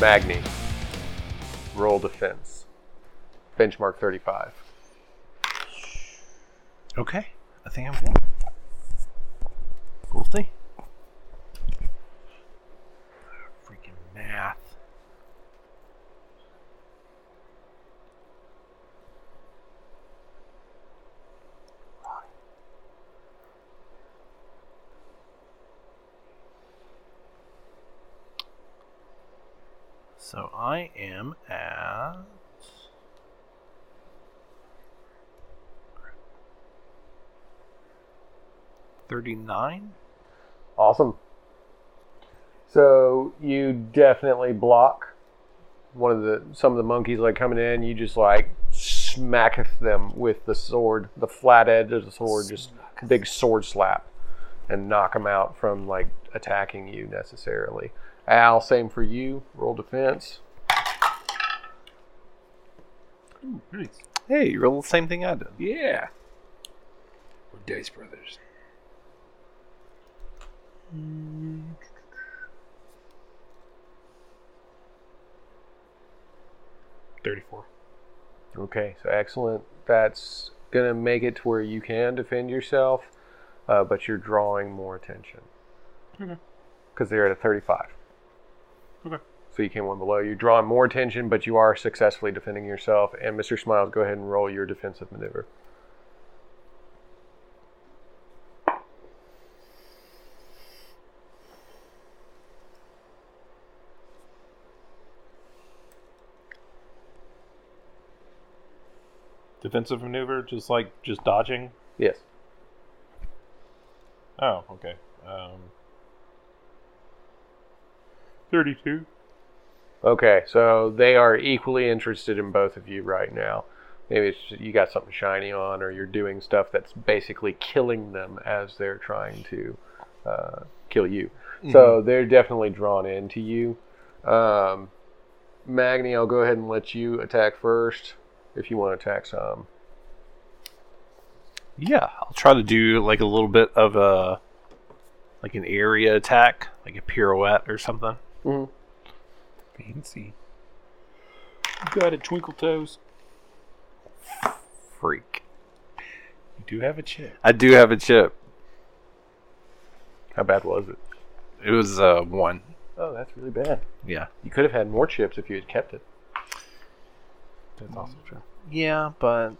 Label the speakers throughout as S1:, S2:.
S1: Magni. Roll defense. Benchmark 35.
S2: Okay. I think I'm good. We'll see. Freaking math. So I am at. Thirty-nine.
S1: Awesome. So you definitely block one of the some of the monkeys like coming in. You just like smacketh them with the sword, the flat edge of the sword, just big sword slap, and knock them out from like attacking you necessarily. Al, same for you. Roll defense.
S2: Hey, you rolled the same thing I did.
S3: Yeah. We're Dice Brothers. Thirty-four.
S1: Okay, so excellent. That's gonna make it to where you can defend yourself, uh, but you're drawing more attention.
S3: Okay.
S1: Because they're at a 35.
S3: Okay.
S1: So you came one below. You're drawing more attention, but you are successfully defending yourself. And Mr. Smiles, go ahead and roll your defensive maneuver.
S4: Defensive maneuver, just like just dodging.
S1: Yes.
S4: Oh, okay. Um, Thirty-two.
S1: Okay, so they are equally interested in both of you right now. Maybe it's you got something shiny on, or you're doing stuff that's basically killing them as they're trying to uh, kill you. So they're definitely drawn into you. Um, Magni, I'll go ahead and let you attack first if you want to attack some.
S2: Yeah, I'll try to do like a little bit of a like an area attack, like a pirouette or something.
S3: Fancy. You got it, Twinkle Toes.
S2: Freak.
S3: You do have a chip.
S2: I do have a chip.
S1: How bad was it?
S2: It was uh one.
S1: Oh, that's really bad.
S2: Yeah.
S1: You could have had more chips if you had kept it.
S3: That's awesome.
S2: Yeah, but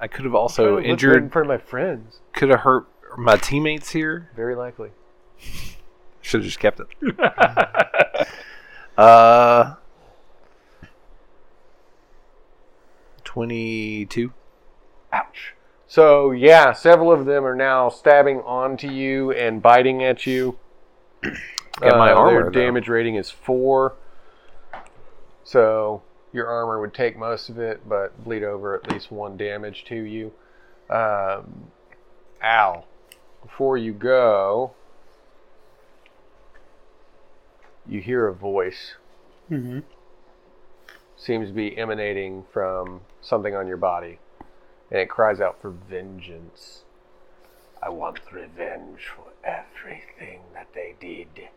S2: I could have
S1: Oh,
S2: also
S1: let's wait in
S2: injured
S1: front of my friends.
S2: could have hurt my teammates here.
S1: Very likely.
S2: Should have just kept it. uh, twenty-two.
S1: Ouch. So yeah, several of them are now stabbing onto you and biting at you. Uh,
S2: Got my
S1: Their
S2: armor, though.
S1: damage rating is four. So your armor would take most of it, but bleed over at least one damage to you. Um, Al, before you go, you hear a voice.
S3: Mm-hmm.
S1: Seems to be emanating from something on your body, and it cries out for vengeance.
S5: I want revenge for everything that they did.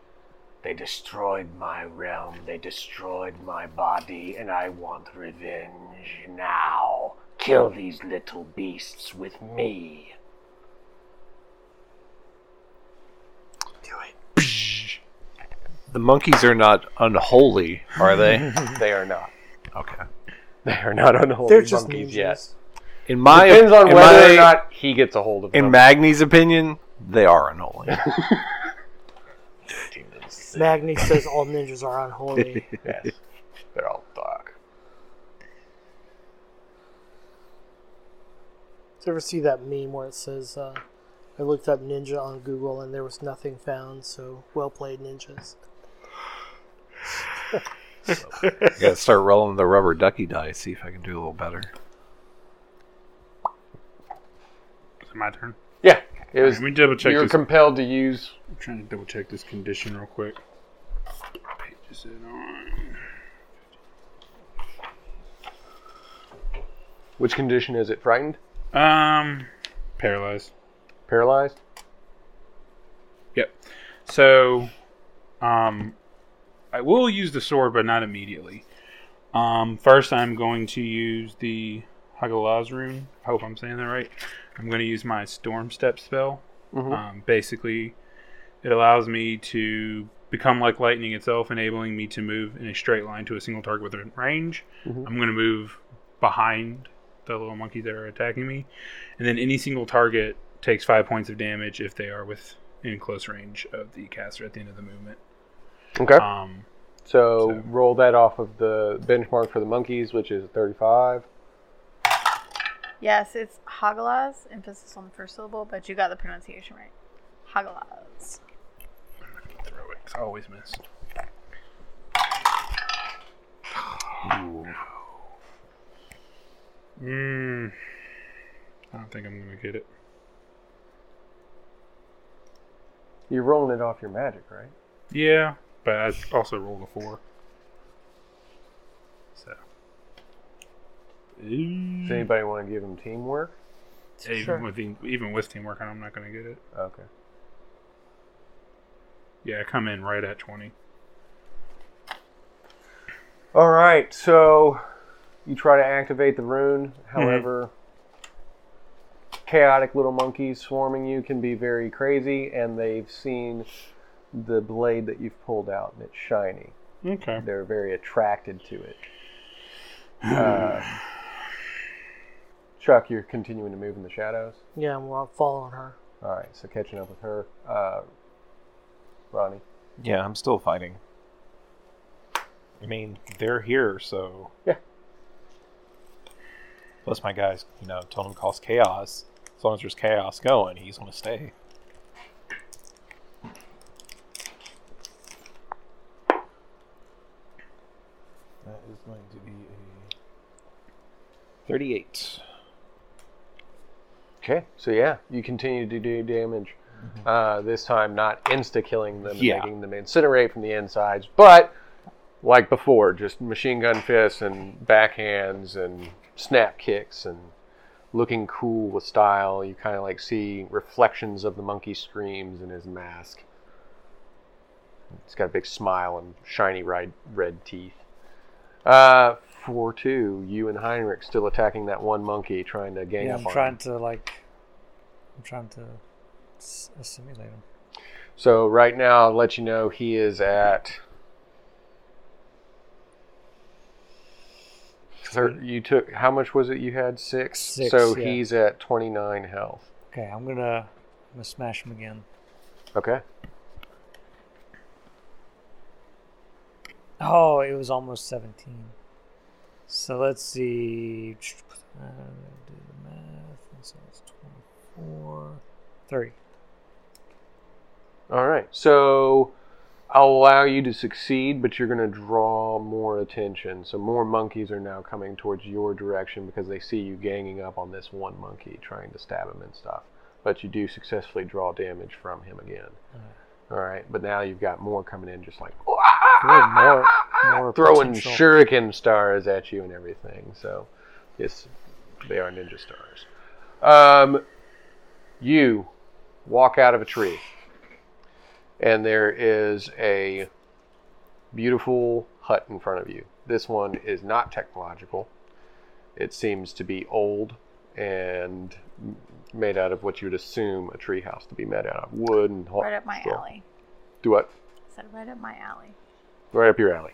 S5: They destroyed my realm, they destroyed my body, and I want revenge now. Kill these little beasts with me.
S2: The monkeys are not unholy, are they?
S1: They are not.
S2: okay.
S1: They are not unholy
S6: They're just
S1: monkeys
S6: ninjas.
S1: yet.
S2: In my
S1: Depends on
S2: in
S1: whether
S2: my-
S1: or not he gets a hold of
S2: in
S1: them.
S2: Magni's opinion, they are unholy.
S6: Magni says all ninjas are unholy.
S1: yes. They're all dark.
S6: Did you ever see that meme where it says, uh, I looked up ninja on Google and there was nothing found, so well played ninjas.
S2: I gotta start rolling the rubber ducky dice, see if I can do a little better.
S3: Is it my turn?
S1: Yeah, it was.
S3: Let me double check
S1: You're
S3: this.
S1: compelled to use.
S3: I'm trying to double check this condition real quick. Page is it on?
S1: Which condition is it? Frightened?
S3: Um, paralyzed.
S1: Paralyzed?
S3: Yep. So, um, I will use the sword, but not immediately. Um, first, I'm going to use the Hagalaz rune. I hope I'm saying that right. I'm going to use my Storm Step spell.
S1: Mhm.
S3: Um, basically, it allows me to become like lightning itself, enabling me to move in a straight line to a single target within range.
S1: Mhm.
S3: I'm going to move behind the little monkeys that are attacking me, and then any single target takes five points of damage if they are within close range of the caster at the end of the movement.
S1: Okay.
S3: Um,
S1: So
S3: So-
S1: roll that off of the benchmark for the monkeys, which is 35.
S7: Yes, it's Hagalaz, emphasis on the first syllable, but you got the pronunciation right. Hagalaz.
S3: throw it. 'cause I always miss. Mm. I don't think I'm gonna get it.
S1: You're rolling it off your magic, right?
S3: Yeah, but I also rolled a four. So
S1: Does anybody want to give them teamwork?
S3: even
S6: Sure.
S3: with the, even with teamwork, I'm not gonna get it.
S1: Okay.
S3: Yeah, I come in right at twenty.
S1: All right. So you try to activate the rune. However, chaotic little monkeys swarming you can be very crazy, and they've seen the blade that you've pulled out, and it's shiny.
S3: Okay.
S1: They're very attracted to it. Uh, Chuck, you're continuing to move in the shadows.
S6: Yeah, I'm uh, following her.
S1: All right, so catching up with her, uh, Ronnie.
S2: Yeah, I'm still fighting.
S4: I mean, they're here, so
S2: Plus, my guys, you know, told him to cause chaos.
S4: as long as there's chaos going, he's gonna stay.
S2: That is going to be a 38.
S1: Okay, so yeah, you continue to do damage. Uh, this time, not insta killing them, and
S2: Yeah.
S1: making them incinerate from the insides, but like before, just machine gun fists and backhands and snap kicks and looking cool with style. You kind of like see reflections of the monkey screams in his mask. It's got a big smile and shiny red, red teeth. Uh, 4 2, you and Heinrich still attacking that one monkey, trying to gang
S8: Yeah,
S1: up
S8: I'm
S1: on him.
S8: trying to like. I'm trying to s- assimilate him.
S1: So right now, I'll let you know he is at. Thir- you took how much was it? You had six.
S8: Six,
S1: so
S8: yeah.
S1: he's at twenty nine health.
S8: Okay, I'm gonna I'm gonna smash him again.
S1: Okay.
S8: Oh, it was almost 17. So let's see. Uh, do the math. And So it's 24. 30.
S1: All right. So I'll allow you to succeed, but you're going to draw more attention. So more monkeys are now coming towards your direction because they see you ganging up on this one monkey, trying to stab him and stuff. But you do successfully draw damage from him again. All right. But now you've got more coming in, just like
S8: Good, more, more
S1: Ah! throwing
S8: potential.
S1: shuriken stars at you and everything. So, yes, they are ninja stars. Um, you walk out of a tree, and there is a beautiful hut in front of you. This one is not technological. It seems to be old and m- made out of what you would assume a tree house to be made out of wood and ho-
S7: Right up my
S1: well,
S7: alley.
S1: Do what?
S7: said right up my alley.
S1: Right up your alley.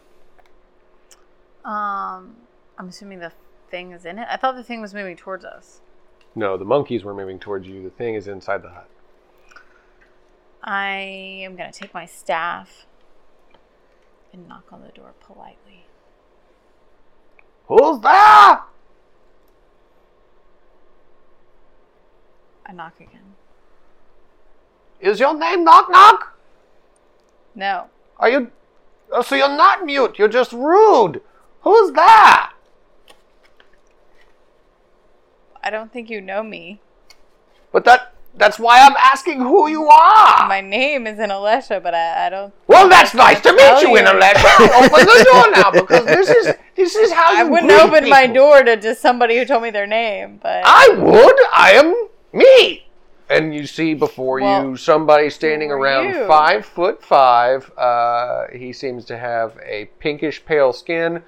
S7: Um, I'm assuming the thing is in it. I thought the thing was moving towards us.
S1: No, the monkeys were moving towards you. The thing is inside the hut.
S7: I am gonna take my staff and knock on the door politely.
S1: Who's there?
S7: I knock again.
S1: Is your name Knock Knock?
S7: No,
S1: Are you. Oh, so you're not mute, you're just rude. Who's there?
S7: I don't think you know me.
S1: But that. That's why I'm asking who you are.
S7: My name isn't Alesha, but I, I don't.
S1: well, that's nice to meet you, in
S7: Oh,
S1: a
S7: yeah.
S1: Open the door now because this is this is how you
S7: I wouldn't
S1: greet
S7: open my
S1: people. Ah!
S7: door to just somebody who told me their name, but
S1: I would. I am me, and you see before you
S7: Well,
S1: somebody standing
S7: who are
S1: around
S7: you?
S1: five foot five. Uh, he seems to have a pinkish pale skin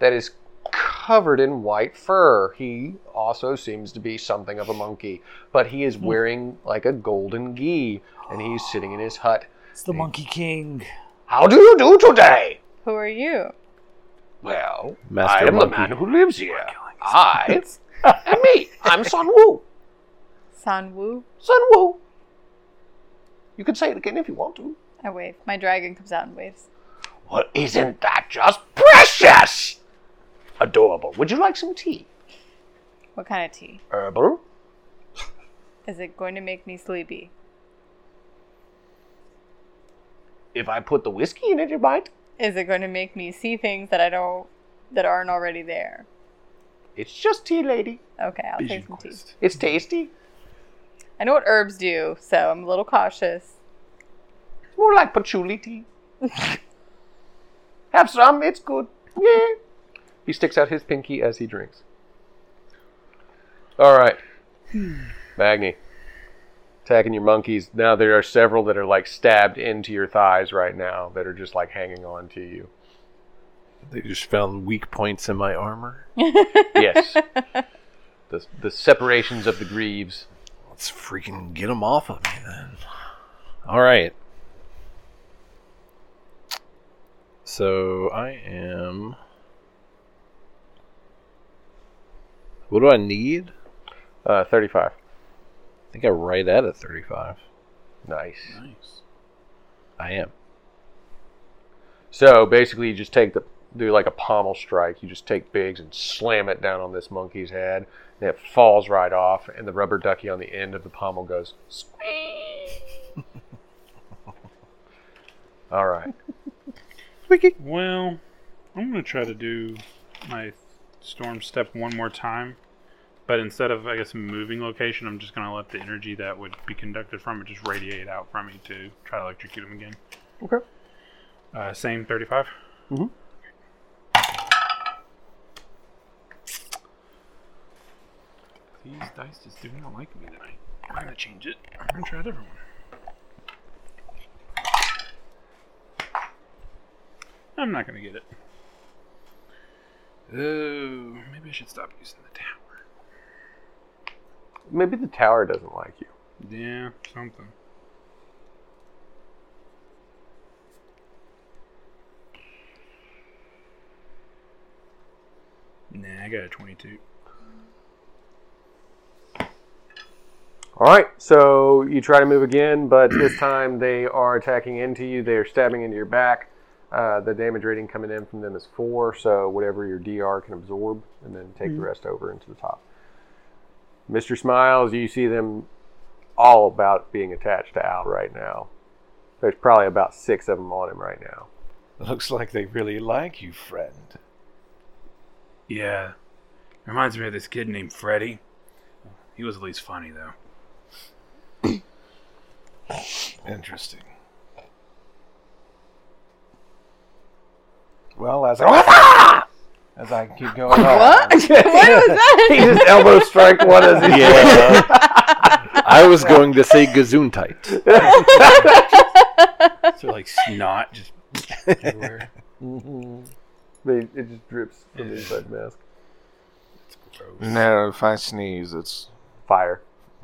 S1: that is covered in white fur. He also seems to be something of a monkey, but he
S8: Hmm.
S1: is wearing like a golden gi, and he's sitting in his hut.
S8: It's the Monkey King.
S1: How do you do today?
S7: Who are you?
S1: Well,
S2: Master
S1: I am the
S2: Monkey.
S1: man who lives here. I am me. I'm Sun Wu.
S7: San Wu.
S1: Sun Wu. You can say it again if you want to.
S7: I wave. My dragon comes out and waves.
S1: Well, isn't that just precious? Adorable. Would you like some tea?
S7: What kind of tea?
S1: Herbal?
S7: Is it going to make me sleepy?
S1: If I put the whiskey in it, it might.
S7: Is it going to make me see things that I don't that aren't already there?
S1: It's just tea, lady.
S7: Okay, I'll take some tea.
S1: It's tasty.
S7: I know what herbs do, so I'm a little cautious.
S1: It's more like patchouli tea. Have some. It's good. Yeah. He sticks out his pinky as he drinks. All right. Magni. Attacking your monkeys. Now there are several that are like stabbed into your thighs right now that are just like hanging on to you.
S2: They just found weak points in my armor.
S1: Yes. the, the separations of the greaves.
S2: Let's freaking get them off of me then. All right. So I am. What do I need?
S1: Uh, 35.
S2: I think I'm right at a 35.
S1: Nice.
S2: I am.
S1: So basically, you just take the do like a pommel strike. You just take Biggs and slam it down on this monkey's head, and it falls right off. And the rubber ducky on the end of the pommel goes. squeak. All right.
S3: Well, I'm gonna try to do my storm step one more time, but instead of I guess moving location, I'm just gonna let the energy that would be conducted from it just radiate out from me to try to electrocute him again.
S1: Okay.
S3: Uh, same 35.
S1: Mhm.
S3: These dice just do not like me tonight. I'm gonna change it. I'm gonna try a different one. I'm not gonna get it. Oh, maybe I should stop using the tower.
S1: Maybe the tower doesn't like you.
S3: Yeah, something. Nah, I got a 22.
S1: All right. So you try to move again, but this time they are attacking into you. They are stabbing into your back. Uh, the damage rating coming in from them is four, so whatever your DR can absorb, and then take the rest over into the top. Mr. Smiles, you see them all about being attached to Al right now. There's probably about six of them on him right now.
S4: Looks like they really like you, friend.
S3: Yeah. Reminds me of this kid named Freddy. He was at least funny, though.
S4: Interesting. Well, as I as I keep going on,
S1: he just elbow strike one as he
S2: Yeah. I was going to say Gesundheit.
S3: So, like, snot just everywhere.
S1: They- it just drips from the inside mask.
S4: no, if I sneeze, it's
S1: Fire.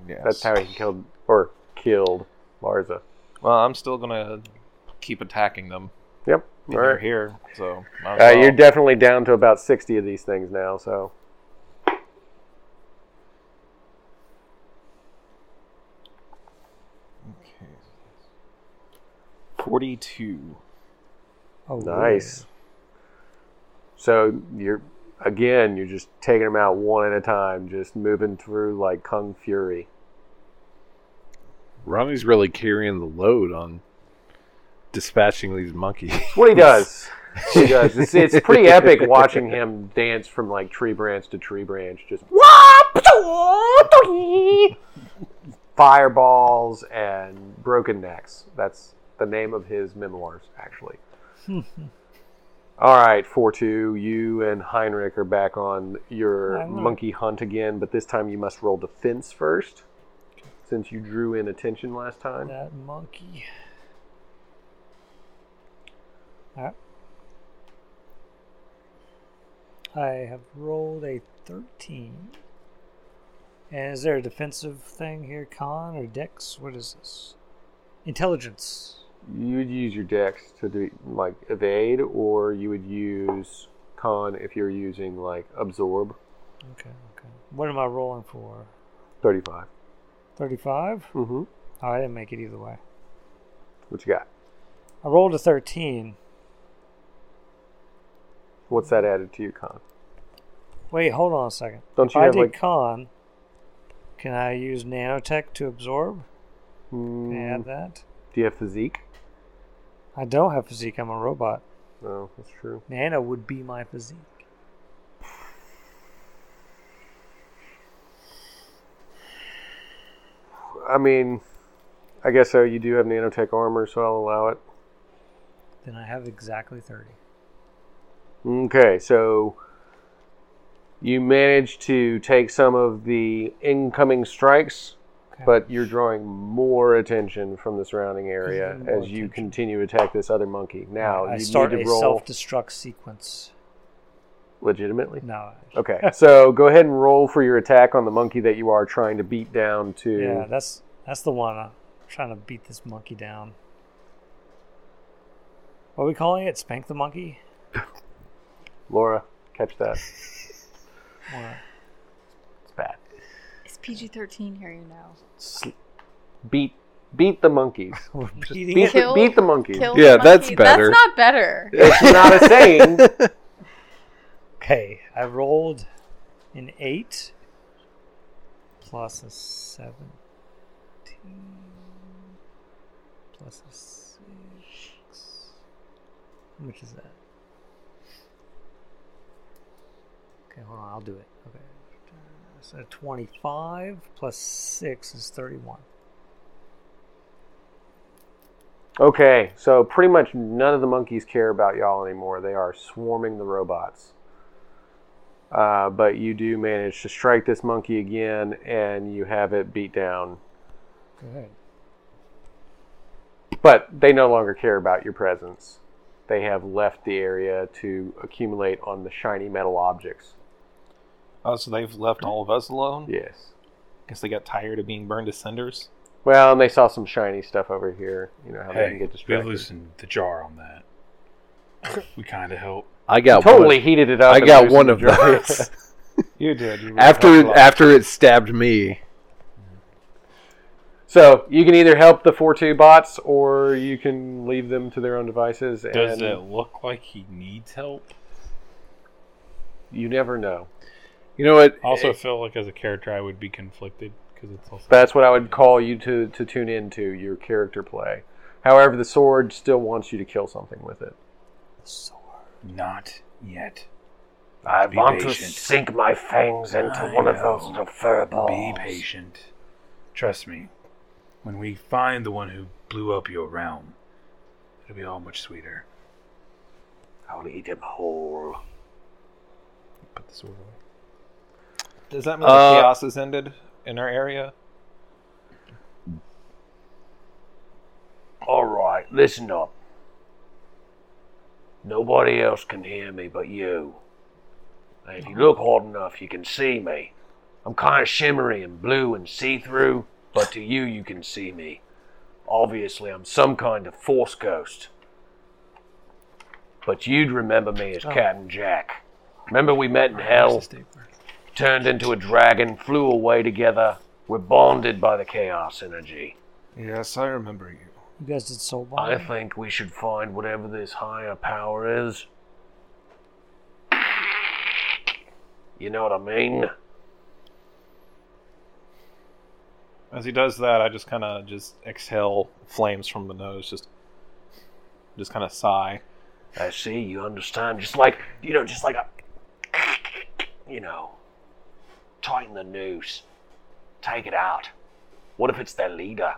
S4: yes.
S1: That's how he killed or killed Marza.
S4: Well, I'm still gonna keep attacking them.
S1: Yep. All
S4: They're
S1: right.
S4: here, so might as
S1: Uh,
S4: well.
S1: you're definitely down to about 60 of these things now, so.
S4: forty-two.
S8: Oh,
S1: Nice. So you're, again, you're just taking them out one at a time, just moving through like Kung Fury.
S2: Ronnie's really carrying the load on dispatching these monkeys.
S1: It's what he does. he does. It's, it's pretty epic watching him dance from like tree branch to tree branch, just fireballs and broken necks. That's the name of his memoirs, actually. All right, four two. You and Heinrich are back on your
S8: Heinrich.
S1: monkey hunt again, but this time you must roll defense first. since you drew in attention last time.
S8: That monkey. Alright. I have rolled a 13. And is there a defensive thing here? Con or dex? What is this? Intelligence.
S1: You'd use your dex to do like evade, or you would use con if you're using like absorb.
S8: Okay, okay. What am I rolling for?
S1: 35.
S8: 35?
S1: Mm-hmm.
S8: Oh, I didn't make it either way.
S1: What you got?
S8: I rolled a 13.
S1: What's that added to your con?
S8: Wait, hold on a second.
S1: Don't
S8: if
S1: you
S8: I
S1: have
S8: did
S1: like?
S8: con, can I use nanotech to absorb? Can I
S1: Mm,
S8: add that?
S1: do you have physique?
S8: I don't have physique. I'm a robot.
S1: No, that's true.
S8: Nano would be my physique.
S1: I mean, I guess so. You do have nanotech armor, so I'll allow it.
S8: Then I have exactly 30.
S1: Okay, so you managed to take some of the incoming strikes,
S8: Okay.
S1: but you're drawing more attention from the surrounding area
S8: Even
S1: as
S8: more
S1: you
S8: attention.
S1: continue to attack this other monkey. Now
S8: I
S1: you
S8: start
S1: need to
S8: a
S1: roll
S8: self-destruct sequence.
S1: legitimately.
S8: No.
S1: Okay, so go ahead and roll for your attack on the monkey that you are trying to beat down to.
S8: Yeah, that's that's the one. I'm trying to beat this monkey down. What are we calling it? Spank the monkey?
S1: Laura, catch that.
S8: Or
S1: It's bad.
S7: It's PG 13 here, you know.
S1: Sl- beat beat the monkeys.
S8: we're beating
S1: Beat,
S8: it?
S7: Kill-
S1: the, beat the monkeys.
S7: Kill
S2: Yeah,
S7: the
S2: that's
S7: monkey.
S2: better.
S7: That's not better.
S1: It's not a saying.
S8: Okay, I rolled an eight plus a seventeen plus a six. How much is that? Okay, hold on, I'll do it. Okay, so twenty-five plus six is thirty-one.
S1: Okay, so pretty much none of the monkeys care about y'all anymore. They are swarming the robots. Uh, but you do manage to strike this monkey again, and you have it beat down.
S8: Good.
S1: But they no longer care about your presence. They have left the area to accumulate on the shiny metal objects.
S2: Oh, so they've left all of us alone?
S1: Yes.
S2: Guess they got tired of being burned to cinders.
S1: Well, and they saw some shiny stuff over here. You know how they can
S3: Hey,
S1: get
S3: we
S1: distracted.
S3: loosened the jar on that. We kind of help.
S9: I got
S1: Totally
S9: One.
S1: heated it up.
S9: I
S1: and
S9: got
S1: loosened
S9: one
S1: the
S9: of
S1: jar.
S9: those
S2: You did. You
S9: after after it stabbed me.
S1: So you can either help the four two bots, or you can leave them to their own devices. And
S3: Does it look like he needs help?
S1: You never know.
S9: You know what?
S3: Also, feel like as a character, I would be conflicted because it's also
S1: That's what I would call you to to tune into your character play. However, the sword still wants you to kill something with it.
S3: not yet.
S5: I
S3: Be
S5: want to
S3: patient.
S5: sink my fangs into
S3: I
S5: one of
S3: know.
S5: those little fur balls.
S3: Be patient. Trust me. When we find the one who blew up your realm, it'll be all much sweeter.
S5: I'll eat him whole.
S3: Put the sword away.
S2: Does that mean
S9: Uh,
S2: the chaos has ended in our area?
S5: All right, listen up. Nobody else can hear me but you. And if you look hard enough, you can see me. I'm kind of shimmery and blue and see through, but to you, you can see me. Obviously, I'm some kind of force ghost. But you'd remember me
S2: Oh.
S5: as Captain Jack. Remember we met in hell? Turned into a dragon, flew away together. We're bonded by the chaos energy.
S2: Yes, I remember you.
S8: You guys did soul
S5: I
S8: bonding.
S5: think we should find whatever this higher power is. You know what I mean?
S2: As he does that, I just kind of just exhale flames from the nose, just just kind of sigh.
S5: I see, you understand. Just like, you know, just like a. You know. Tighten the noose. Take it out. What if it's their leader?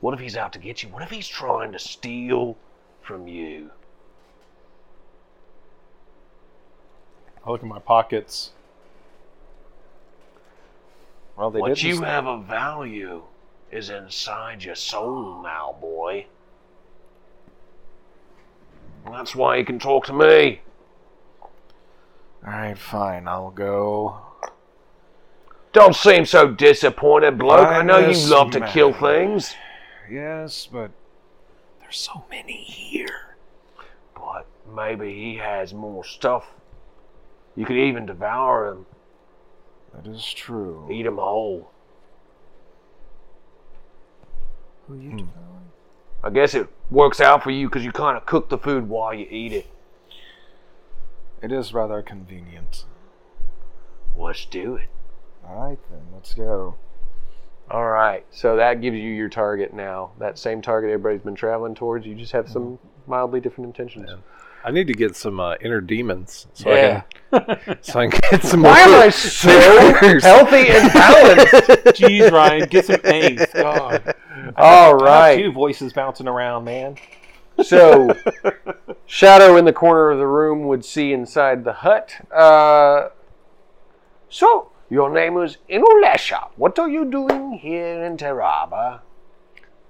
S5: What if he's out to get you? What if he's trying to steal from you?
S2: I look in my pockets. Well, they
S5: What
S2: didn't.
S5: you
S2: stop.
S5: have of value is inside your soul now, boy. And That's why you can talk to me.
S9: All right, fine. I'll go.
S5: Don't seem so disappointed, bloke. I know you
S2: Finest
S5: love to
S2: man.
S5: kill things.
S2: Yes, but there's so many here.
S5: But maybe he has more stuff. You could even devour him,
S9: That is true.
S5: eat him whole.
S8: Who you
S9: Hmm.
S8: devouring?
S5: I guess it works out for you because you kind of cook the food while you eat it.
S9: It is rather convenient.
S5: Let's do it.
S9: All right, then. Let's go.
S1: All right, so that gives you your target now. That same target everybody's been traveling towards. You just have some mildly different intentions.
S9: I need to get some uh, inner demons so
S1: Yeah.
S9: I can so I can get some.
S1: Why
S9: more
S1: am I so healthy and balanced?
S2: Jeez, Ryan, get some angst. God.
S1: All
S2: I have
S1: right.
S2: Two voices bouncing around, man.
S1: So, Shadow in the corner of the room would see inside the hut. Uh,
S5: So, your name is Inulesha. What are you doing here in Teraba?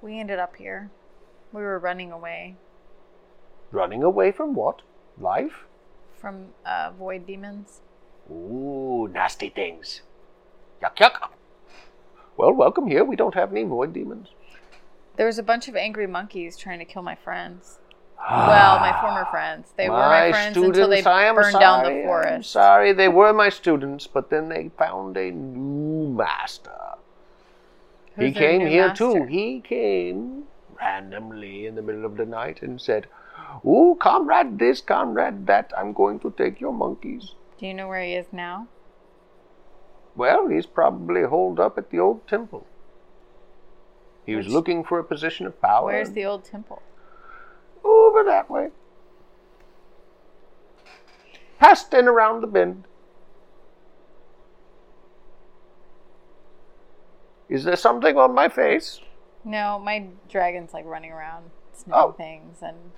S7: We ended up here. We were running away
S5: Running away from what? Life?
S7: from uh, void demons.
S5: Ooh, nasty things. Yuck, yuck.
S1: well, welcome here. We don't have any void demons.
S7: There was a bunch of angry monkeys trying to kill my friends. well, my former friends. They were my friends until they
S5: I am
S7: burned down the
S5: sorry, I'm
S7: forest.
S5: sorry, they were my students, but then they found a new master.
S7: Who's
S5: he
S7: their
S5: came
S7: new
S5: here too.
S7: master?
S5: He came randomly in the middle of the night and said, Ooh, comrade this, comrade that, I'm going to take your monkeys.
S7: Do you know where he is now?
S5: Well, he's probably holed up at the old temple. He was
S7: Which-
S5: looking for a position of power.
S7: Where's the old temple?
S5: Over that way. Past and around the bend. Is there something on my face?
S7: No, my dragon's like running around, smelling
S5: Oh.
S7: things and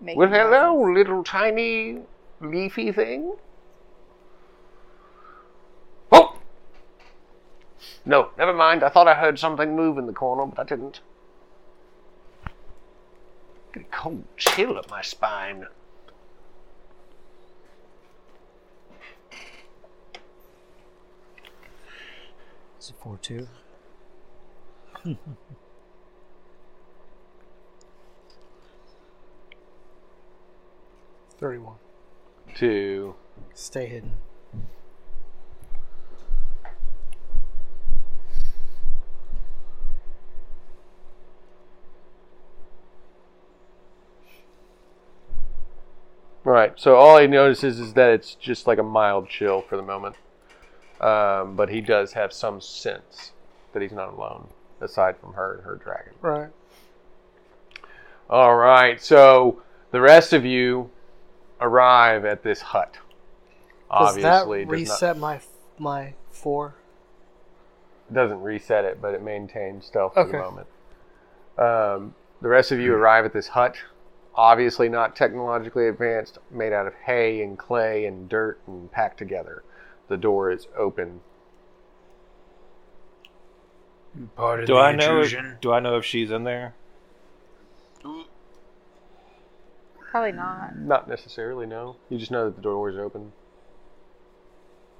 S7: making.
S5: Well, hello,
S7: noises.
S5: little tiny leafy thing. Oh! No, never mind. I thought I heard something move in the corner, but I didn't. Get a cold chill up my spine.
S8: Is it 4 2?
S6: Thirty-one.
S1: To
S6: Stay hidden.
S1: right. So all he notices is that it's just like a mild chill for the moment. Um, but he does have some sense that he's not alone, aside from her and her dragon.
S6: Right.
S1: All right. So the rest of you arrive at this hut.
S6: Does
S1: Obviously,
S6: that
S1: does not-
S6: reset my my four?
S1: doesn't reset it, but it maintains stealth for the
S6: Okay.
S1: moment. Um, the rest of you arrive at this hut, obviously not technologically advanced, made out of hay and clay and dirt and packed together. The door is open.
S3: Pardon
S2: Do
S3: the
S2: I know? If,
S3: intrusion.
S2: do I know if she's in there?
S7: Probably not.
S1: Not necessarily, no. You just know that the door is open.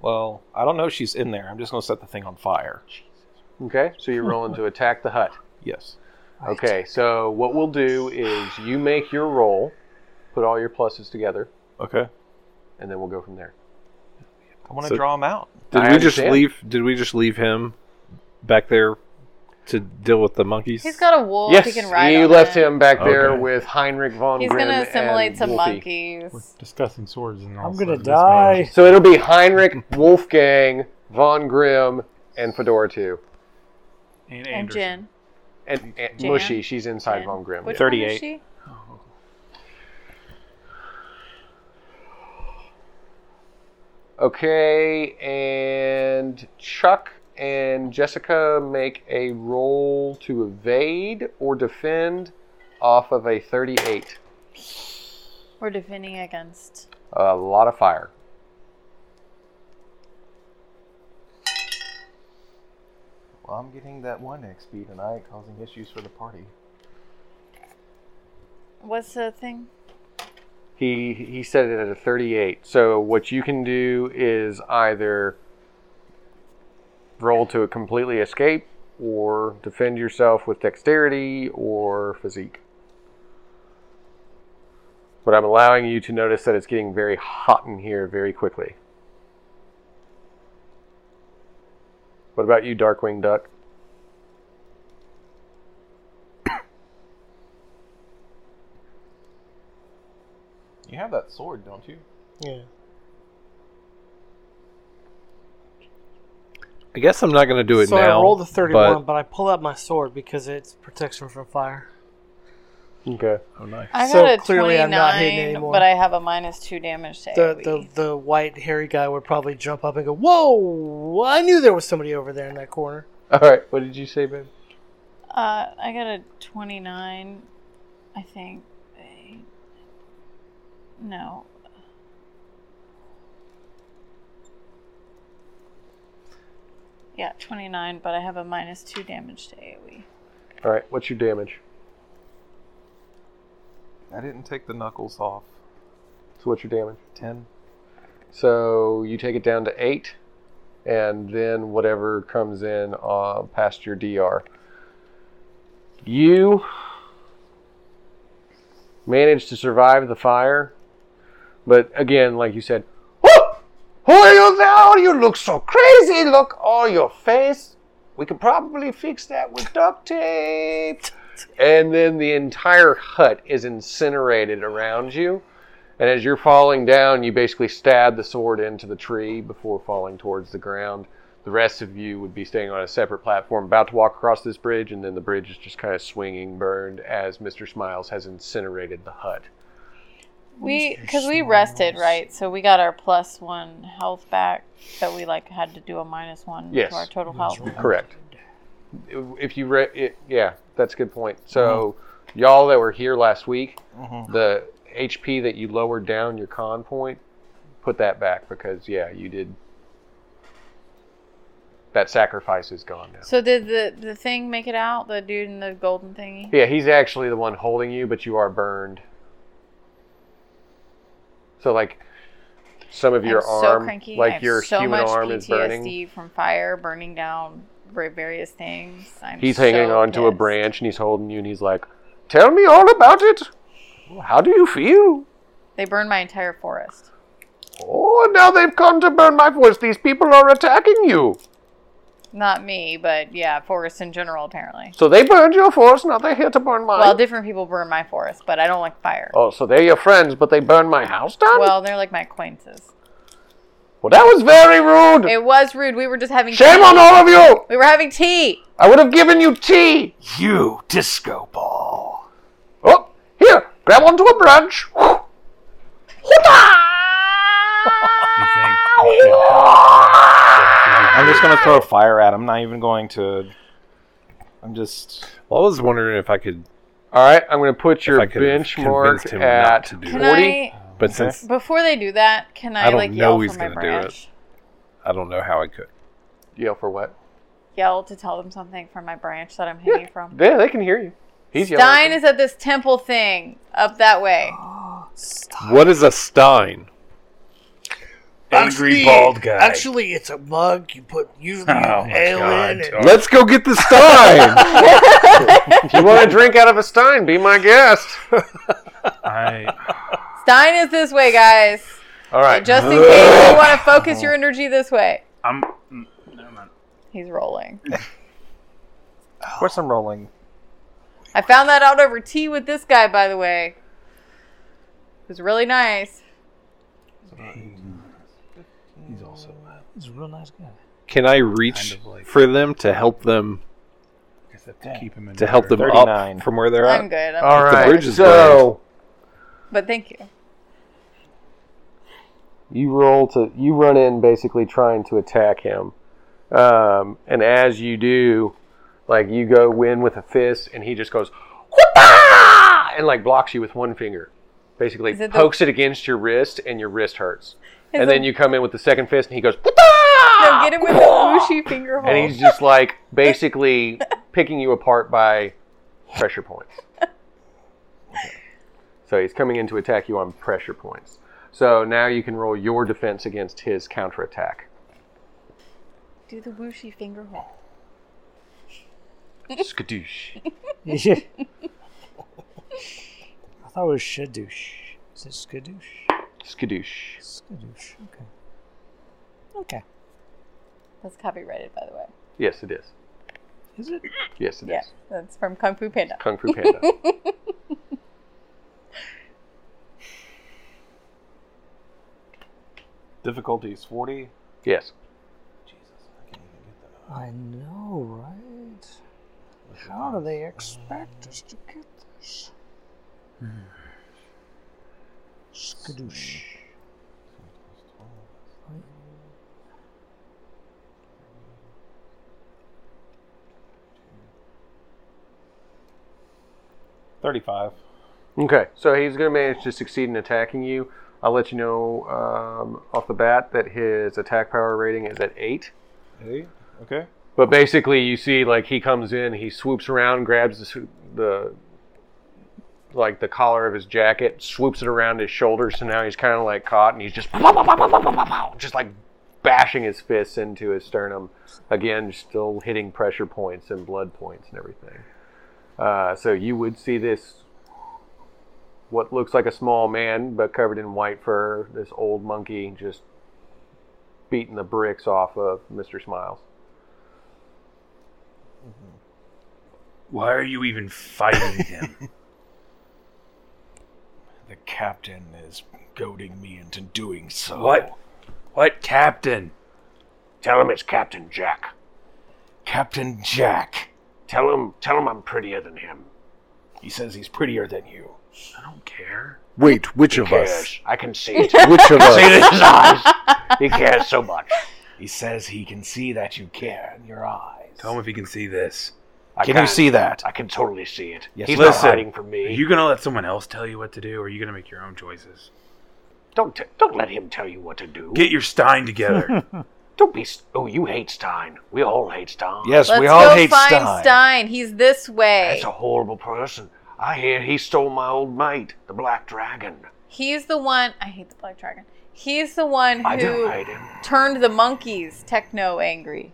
S2: Well, I don't know if she's in there. I'm just gonna set the thing on fire.
S1: Okay, so you're rolling to attack the hut.
S2: Yes.
S1: Okay, so what we'll do is you make your roll, put all your pluses together,
S2: Okay.
S1: and then we'll go from there.
S2: I want to
S9: So-
S2: 'em draw them out.
S9: Did
S1: I
S9: we just
S1: understand.
S9: leave? Did we just leave him back there to deal with the monkeys?
S7: He's got a wolf.
S1: yes,
S7: he can ride.
S1: you
S7: on
S1: left
S7: it.
S1: him back there
S2: Okay.
S1: with Heinrich von
S7: He's
S1: Grimm
S7: gonna assimilate
S1: and
S7: some
S1: Wolfie.
S3: We're
S7: monkeys.
S3: discussing swords and all
S8: I'm
S3: of a
S8: gonna
S3: sudden this man
S8: die.
S3: is-
S1: So it'll be Heinrich, Wolfgang, Von Grimm, and Fedora 2.
S3: And
S7: And
S3: Anderson.
S7: Jin.
S1: And, and
S7: Jan?
S1: Mushy, she's inside
S7: Jin.
S1: Von Grimm.
S7: Which
S1: yeah.
S7: one is
S2: 38.
S7: she?
S1: Okay, and Chuck and Jessica make a roll to evade or defend off of a 38.
S7: We're defending against.
S1: A lot of fire.
S4: Well, I'm getting that one XP tonight, causing issues for the party.
S7: What's the thing?
S1: He he set it at a 38. So what you can do is either roll to completely escape, or defend yourself with dexterity or physique. But I'm allowing you to notice that it's getting very hot in here very quickly. What about you, Darkwing Duck?
S4: You have that sword, don't you?
S6: Yeah.
S9: I guess I'm not going to do it
S6: so
S9: now.
S6: I rolled a 31, but...
S9: But
S6: I pull out my sword because it's protection from fire.
S1: Okay.
S2: Oh, nice.
S7: I
S6: So
S7: got a
S6: clearly I'm not hitting
S7: 29,
S6: anymore.
S7: but I have a minus two damage to E.
S6: The,
S7: AoE.
S6: the the white hairy guy would probably jump up and go, "Whoa! I knew there was somebody over there in that corner."
S1: All right. What did you say, Ben?
S7: Uh, I got a 29, I think. Eh, No. Yeah, 29, but I have a minus 2 damage to E. AoE.
S1: All right. What's your damage?
S2: I didn't take the knuckles off.
S1: So what's your damage?
S2: Ten.
S1: So you take it down to eight, and then whatever comes in uh, past your DR. You manage to survive the fire, but again, like you said, "Whoa! who are you now? You look so crazy. Look, all your face. We could probably fix that with duct tape." And then the entire hut is incinerated around you. And as you're falling down, you basically stab the sword into the tree before falling towards the ground. The rest of you would be staying on a separate platform, about to walk across this bridge, and then the bridge is just kind of swinging, burned as Mr. Smiles has incinerated the hut.
S7: We, because we rested, right? So we got our plus 1 health back that we, like, had to do a minus 1
S1: Yes.
S7: to our total health.
S1: Correct. If you re- it, yeah, that's a good point. So y'all that were here last week, the HP that you lowered down your con point, put that back because yeah, you did. That sacrifice is gone now.
S7: So did the, the thing make it out? The dude in the golden thingy?
S1: Yeah, he's actually the one holding you, but you are burned. So like some of your
S7: I'm
S1: arm,
S7: so cranky. I
S1: like
S7: have
S1: your
S7: so
S1: human
S7: much
S1: arm
S7: PTSD
S1: is burning.
S7: from fire, burning down ver- various things. I'm
S1: He's hanging
S7: so
S1: on to a
S7: pissed.
S1: branch and he's holding you and he's like, "Tell me all about it. How do you feel?"
S7: They burned my entire forest.
S1: Oh, and now they've come to burn my forest. These people are attacking you.
S7: Not me, but yeah, forests in general, apparently.
S1: So they burned your forest. Now they're here to burn mine.
S7: Well, different people burn my forest, but I don't like fire.
S1: oh, so they're your friends, but they burned my house down. Well,
S7: Well, they're like my acquaintances.
S1: that was very rude.
S7: It was rude. We were just having
S1: Shame
S7: tea.
S1: on all of you.
S7: We were having tea.
S1: I would have given you tea.
S5: You disco ball.
S1: Oh, here, grab onto a branch.
S3: You think?
S2: I'm just gonna throw fire at him. I'm not even going to. I'm just.
S9: well, I was wondering if I could,
S1: All right, I'm going to put your
S9: I could've
S1: benchmark
S9: convinced him
S1: at
S9: not to do
S7: Can
S1: 40.
S7: I,
S9: but since
S7: before they do that, can I,
S9: I don't
S7: like
S9: know
S7: yell
S9: he's
S7: from my
S9: gonna do it.
S7: branch?
S9: I don't know how I could.
S1: Yell for what?
S7: Yell to tell them something from my branch that I'm hanging from.
S1: Yeah, they can hear you. He's yelling.
S7: Stein is at this temple thing up that way.
S9: What is a Stein?
S5: Angry bald guy.
S6: Actually, it's a mug. You put usually
S5: Oh my
S6: ale
S5: God,
S6: in it.
S5: Tony.
S9: Let's go get the Stein.
S1: if you want to drink out of a stein, be my guest.
S3: I
S7: Stein is this way, guys.
S1: All right.
S7: Just in case you want to focus your energy this way.
S3: I'm. mm, Never mind.
S7: He's rolling.
S2: Of course, I'm rolling.
S7: I found that out over tea with this guy, by the way. It was really nice.
S4: He's also uh,
S8: He's a real nice guy.
S9: Can I reach
S3: Kind of like-
S9: for them to help them
S3: Except to keep him in
S9: to help them up
S2: 39.
S9: from where they're
S7: I'm
S9: at?
S7: good. I'm
S1: All
S9: The
S1: right.
S9: bridge is
S1: So
S7: But thank you.
S1: you roll to you run in basically trying to attack him, um, and as you do, like you go in with a fist, and he just goes "Whoop-ah!" and like blocks you with one finger, basically
S7: Is it the-
S1: pokes it against your wrist, and your wrist hurts.
S7: Is
S1: and
S7: it-
S1: then you come in with the second fist, and he goes, "Whoop-ah!"
S7: No, get him with the whooshy finger hole.
S1: and he's just like basically picking you apart by pressure points. So he's coming in to attack you on pressure points. So now you can roll your defense against his counterattack.
S7: Do the whooshy finger hole.
S1: Skadoosh.
S8: Yeah. I thought it was Shadoosh. Is it Skadoosh?
S1: Skadoosh.
S8: Skadoosh. Okay. Okay.
S7: That's copyrighted, by the way.
S1: Yes, it is.
S8: Is it?
S1: Yes, it is.
S7: Yeah, that's from Kung Fu Panda.
S1: Kung Fu Panda.
S5: Difficulties forty.
S1: yes.
S5: Jesus, I can't even get that.
S8: I know, right? How do they expect us to get this? Skadoosh.
S5: Thirty-five.
S1: Okay, so he's going to manage to succeed in attacking you. I'll let you know um, off the bat that his attack power rating is at eight.
S5: Eight. Okay.
S1: But basically, you see, like he comes in, he swoops around, grabs the, su- the like the collar of his jacket, swoops it around his shoulder. So now he's kind of like caught, and he's just pow, pow, pow, pow, pow, pow, pow, pow, just like bashing his fists into his sternum again, still hitting pressure points and blood points and everything. Uh, so you would see this what looks like a small man, but covered in white fur. This old monkey just beating the bricks off of Mister Smiles.
S3: Why are you even fighting him?
S6: The captain is goading me into doing so.
S3: what? What captain?
S6: Tell him it's Captain Jack. Captain Jack. Tell him tell him I'm prettier than him. He says he's prettier than you.
S3: I don't care.
S2: Wait, which of us?
S6: Cares. I can see it. I
S2: Which of
S6: can see
S2: us?
S6: it in his eyes. He cares so much. He says he can see that you care in your eyes.
S3: Tell him if he can see this.
S6: I
S2: Can you see that?
S6: I can totally see it.
S2: Yes,
S6: he's
S3: listen.
S6: not hiding from
S3: Are
S6: me.
S3: you gonna let someone else tell you what to do, or are you gonna make your own choices?
S6: Don't t- don't let him tell you what to do.
S3: Get your Stein together.
S6: Don't be. s- Oh, you hate Stein. We all hate Stein.
S2: Yes,
S7: Let's
S2: we all
S7: go
S2: hate
S7: find
S2: Stein.
S7: He's this way.
S6: That's a horrible person. I hear he stole my old mate, the Black Dragon.
S7: He's the one. I hate the black dragon. He's the one
S6: I don't
S7: who
S6: hate him.
S7: turned the monkeys techno angry.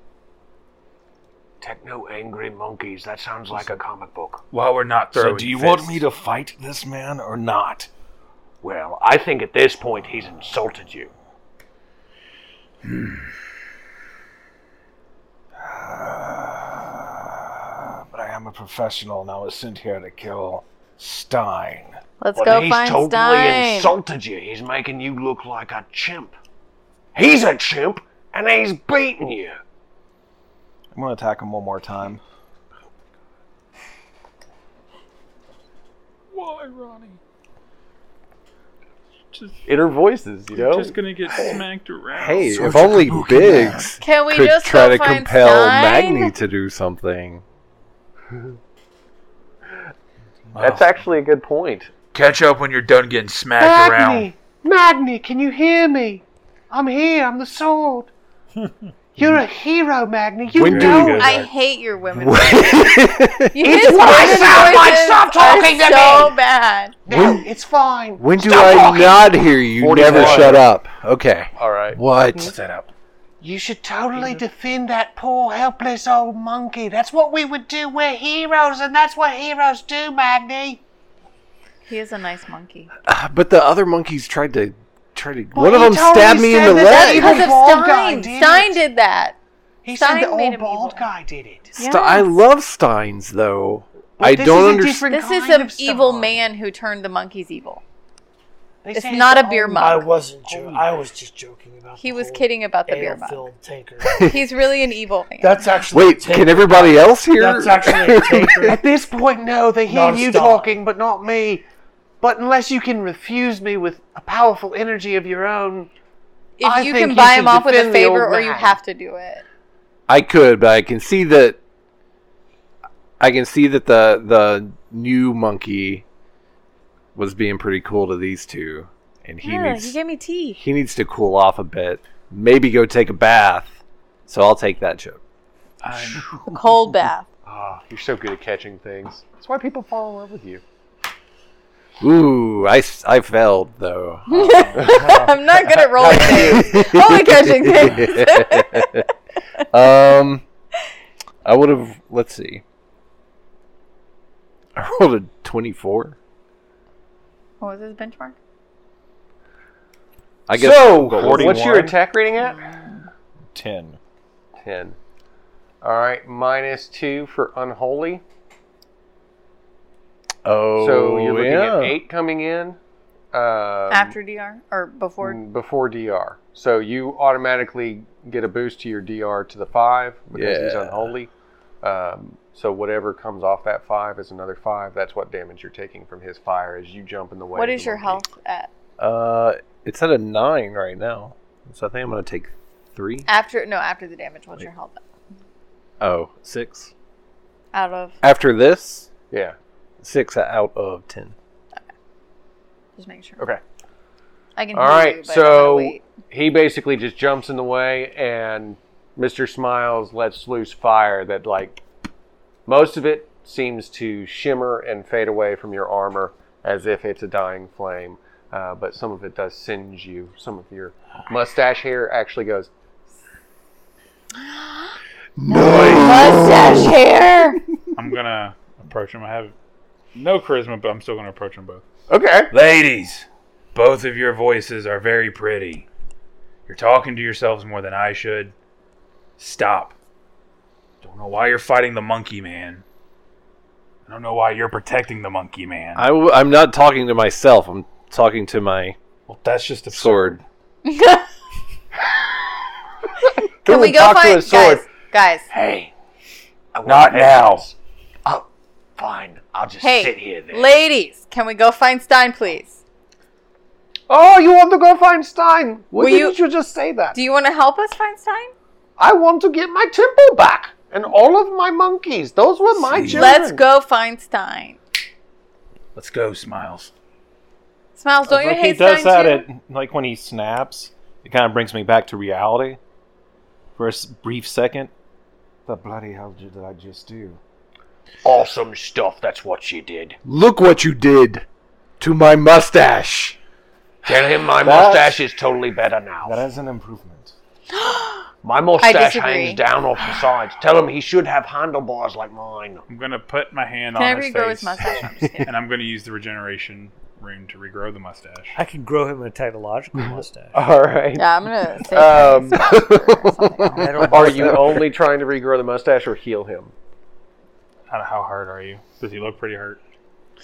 S6: Techno angry monkeys. That sounds like a comic book.
S3: While we're not throwing.
S2: So, do you want
S3: fists.
S2: me to fight this man or not?
S6: Well, I think at this point he's insulted you.
S2: Uh, but I am a professional, and I was sent here to kill Stein.
S7: Let's
S6: well,
S7: go
S6: he's
S7: find
S6: totally
S7: Stein.
S6: insulted you. He's making you look like a chimp. He's a chimp, and he's beating you.
S5: I'm gonna attack him one more time.
S3: Why, Ronnie? Just,
S1: Inner voices, you know.
S3: just gonna get smacked around.
S10: Hey, if only Biggs
S7: Can we
S10: could
S7: just
S10: try to
S7: go find
S10: compel
S7: Stein?
S10: Magni to do something.
S1: That's actually a good point.
S3: Catch up when you're done getting smacked around.
S6: Magni, can you hear me? I'm here. I'm the sword. You're a hero, Magni. You
S10: When do you guys-
S7: I hate your women. you
S6: It's
S7: his
S6: my
S7: women
S6: sound, why
S7: voices
S6: stop talking
S7: are
S6: to
S7: so bad.
S6: No, it's fine.
S2: When do
S6: Stop
S2: I
S6: walking.
S2: not hear you?
S1: 41.
S2: Never shut up. Okay.
S1: All right.
S2: What?
S3: Set up.
S6: You should totally defend that poor, helpless old monkey. That's what we would do. We're heroes, and that's what heroes do, Magni.
S7: He is a nice monkey.
S2: Uh, But the other monkeys tried to try to.
S6: Well,
S2: one of
S6: he
S2: them
S6: totally
S2: stabbed me in
S6: said
S2: the
S6: that
S2: leg.
S6: he-
S7: Because of
S6: bald guy
S7: Stein.
S6: did it.
S7: Stein did that.
S6: He
S7: Stein
S6: said the
S7: made
S6: old
S7: him
S6: bald
S7: evil.
S6: guy did it.
S2: Ste- I
S7: Yes.
S2: love Steins though.
S6: But
S2: I
S6: this
S2: don't
S6: is a
S2: understand.
S6: different
S7: This is
S6: kind
S7: an
S6: of
S7: evil
S6: Stein.
S7: man who turned the monkeys evil.
S6: They
S7: It's
S6: say
S7: not
S6: the
S7: a beer
S6: old-
S7: mug.
S11: I wasn't. Jo- I was just joking about.
S7: He
S11: the
S7: was
S11: whole
S7: kidding about the beer mug.
S11: air-filled tanker.
S7: He's really an evil man.
S11: That's actually
S2: Wait,
S11: a tanker.
S2: can everybody else hear?
S11: That's actually a tanker.
S6: At this point, no, they hear
S11: Not a
S6: you
S11: Stein.
S6: talking, but not me. But unless you can refuse me with a powerful energy of your own,
S7: if
S6: I
S7: you
S6: think
S7: can
S6: you
S7: buy
S6: should
S7: him off with a
S6: defend the
S7: favor
S6: old
S7: or you
S6: man.
S7: have to do it.
S2: I could, but I can see that. I can see that the the new monkey was being pretty cool to these two, and he
S7: yeah,
S2: needs
S7: he gave me tea.
S2: he needs to cool off a bit. Maybe go take a bath So I'll take that joke.
S7: A cold bath.
S1: Ah, you're so good at catching things. That's why people fall in love with you.
S2: Ooh, I, s- I failed though.
S7: I'm not good at rolling things. Only catching things.
S2: um, I would have. Let's see. I rolled a twenty-four.
S7: what was his benchmark?
S2: I guess.
S1: So,
S2: but
S1: what's your attack rating at?
S5: 10.
S1: 10. Alright, minus 2 for Unholy.
S2: Oh,
S1: so you're looking
S2: yeah.
S1: at 8 coming in. Um,
S7: After DR or before?
S1: mm, Before DR. So you automatically get a boost to your DR to the 5 because he's
S2: Yeah.
S1: Unholy. Um, so whatever comes off that 5 is another 5. That's what damage you're taking from his fire as you jump in the way.
S7: What
S1: of
S7: is
S1: the
S7: your
S1: monkey.
S7: health at?
S2: Uh, it's at a nine right now. So I think I'm gonna take three.
S7: After no, after the damage. What's your health
S2: Oh, six.
S7: out of?
S2: After this,
S1: Yeah.
S2: six out of ten.
S7: Just make sure.
S1: Okay.
S7: I can.
S1: All
S7: hear
S1: right,
S7: you, but I'm gonna
S1: so
S7: wait.
S1: he basically just jumps in the way, and Mister Smiles lets loose fire that, like, most of it seems to shimmer and fade away from your armor as if it's a dying flame, uh, but some of it does singe you. Some of your mustache hair actually goes.
S7: mustache hair.
S3: I'm gonna approach him. I have no charisma, but I'm still gonna approach them both.
S1: Okay.
S12: Ladies, both of your voices are very pretty. You're talking to yourselves more than I should. Stop. Don't know why you're fighting the monkey man. I don't know why you're protecting the monkey man.
S2: I w- I'm not talking to myself. I'm talking to my
S12: well, that's just a
S2: sword.
S7: Can we
S1: and
S7: go
S1: talk to
S7: find
S1: his sword.
S7: guys? Guys,
S6: Hey, I
S12: Not now.
S6: Oh, fine. I'll just
S7: Hey,
S6: sit here then.
S7: ladies, can we go find Stein, please?
S1: Oh, you want to go find Stein? Why
S7: Will
S1: didn't
S7: you-
S1: you just say that?
S7: Do you want to help us find Stein?
S1: I want to get my temple back and all of my monkeys. Those were my children.
S7: Let's go find Stein.
S12: Let's go, Smiles.
S7: Smiles, don't
S5: It's
S7: you
S5: like
S7: hate
S5: he does
S7: Stein
S5: that
S7: too?
S5: at like when he snaps, it kind of brings me back to reality for a s- brief second. The bloody hell did I just do?
S6: Awesome stuff. That's what she did.
S2: Look what you did to my mustache.
S6: Tell him my
S5: That's-
S6: mustache is totally better now.
S5: That is an improvement.
S6: My mustache
S7: disagree.
S6: hangs down off the sides. Tell him he should have handlebars like mine.
S3: I'm gonna put my hand
S7: Can I
S3: on his
S7: regrow
S3: face,
S7: his mustache? I'm just kidding.
S3: and I'm gonna use the regeneration rune to regrow the mustache.
S8: I could grow him a technological mustache.
S1: All right.
S7: Yeah, I'm gonna say
S1: Um,
S8: Metal
S1: are you
S8: mustache.
S1: only trying to regrow the mustache or heal him?
S3: How, how hard are you? Does he look pretty hurt?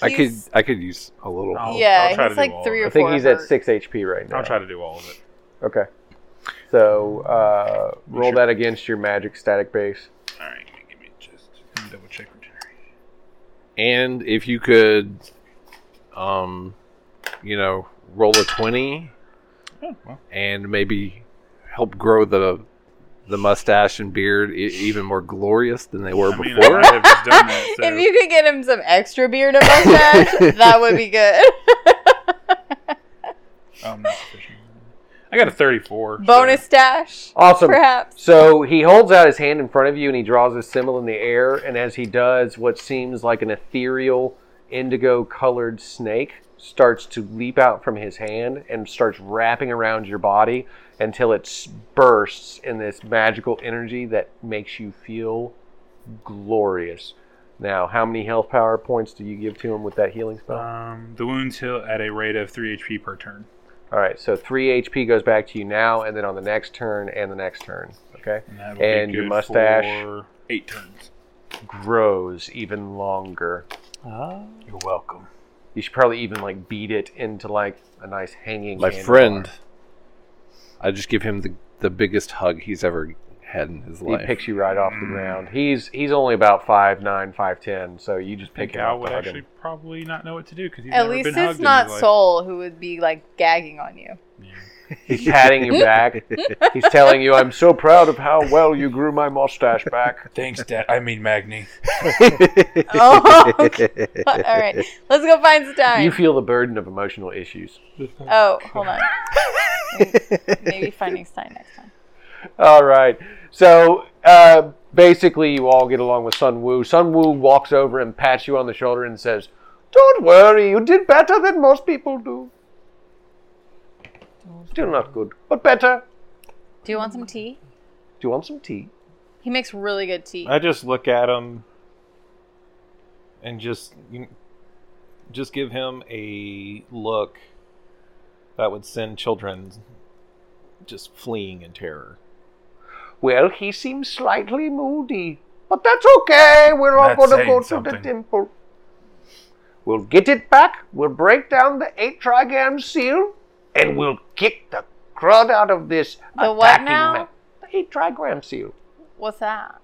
S2: I could
S7: He's- Oh,
S2: I could use a little.
S3: I'll- I'll
S7: yeah,
S3: try to
S7: he's
S3: do
S7: like
S3: all
S7: three
S3: of
S7: or
S1: I
S3: it.
S1: think
S7: four.
S1: he's at
S7: hurt.
S1: six HP right now.
S3: I'll try to do all of it.
S1: Okay. So uh, roll
S3: should-
S1: that against your magic static base.
S3: All right, give me, give me just let me double check regeneration.
S2: And if you could, um, you know, roll a twenty
S3: Oh, well,
S2: and maybe help grow the the mustache and beard I- even more glorious than they were
S3: I mean, I
S2: before.
S3: might have just done that. So.
S7: If you could get him some extra beard and mustache, that would be good.
S3: Oh, I'm not proficient. I got a 34. so-
S7: Bonus stash,
S1: Awesome.
S7: perhaps.
S1: So he holds out his hand in front of you and he draws his symbol in the air. And as he does, what seems like an ethereal indigo colored snake starts to leap out from his hand and starts wrapping around your body until it s- bursts in this magical energy that makes you feel glorious. Now, how many health power points do you give to him with that healing spell?
S3: Um, the wounds heal at a rate of 3 HP per turn.
S1: All right, so 3 HP goes back to you now, and then on the next turn, and the next turn. Okay?
S3: And, that would
S1: And
S3: be
S1: your
S3: good
S1: mustache.
S3: For 8 turns.
S1: Grows even longer.
S8: Ah.
S12: You're welcome.
S1: You should probably even like beat it into like a nice hanging.
S2: My
S1: handlebar.
S2: friend, I just give him the the biggest hug he's ever had in his
S1: he
S2: life.
S1: picks you right off the ground. He's he's only about five nine, five ten, so you just pick him
S3: Gal
S1: up.
S3: would
S1: to hug him.
S3: actually probably not know what to do because he's
S7: At
S3: never
S7: least
S3: been
S7: it's
S3: hugged
S7: not
S3: in his life.
S7: Soul who would be like gagging on you.
S1: He's patting your back. He's telling you, "I'm so proud of how well you grew my mustache back."
S12: Thanks, Dad. I mean, Magni.
S7: Oh, okay. all right. Let's go find Stein.
S1: You feel the burden of emotional issues.
S3: Oh,
S7: oh, hold on. Maybe finding Stein next time.
S1: All right. So uh, basically, you all get along with Sun Wu. Sun Wu walks over and pats you on the shoulder and says, "Don't worry, you did better than most people do. Still not good, but better.
S7: Do you want some tea?
S1: Do you want some tea?"
S7: He makes really good tea.
S2: I just look at him and just you- just give him a look that would send children just fleeing in terror.
S1: Well, he seems slightly moody, but that's okay. We're all
S2: That's
S1: going to
S2: saying
S1: go to the
S2: something.
S1: temple. We'll get it back. We'll break down the eight trigram seal, and we'll kick the crud out of this
S7: The what
S1: attacking
S7: now?
S1: ma- The eight trigram seal.
S7: What's that?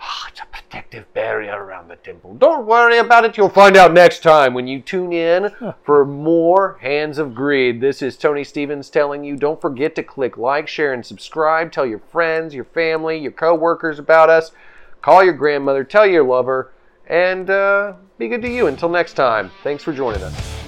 S1: Ah, protective barrier around the temple. Don't worry about it. You'll find out next time when you tune in for more Hands of Greed. This is Tony Stevens telling you don't forget to click like, share, and subscribe. Tell your friends, your family, your coworkers about us. Call your grandmother, tell your lover, and uh, be good to you. Until next time, thanks for joining us.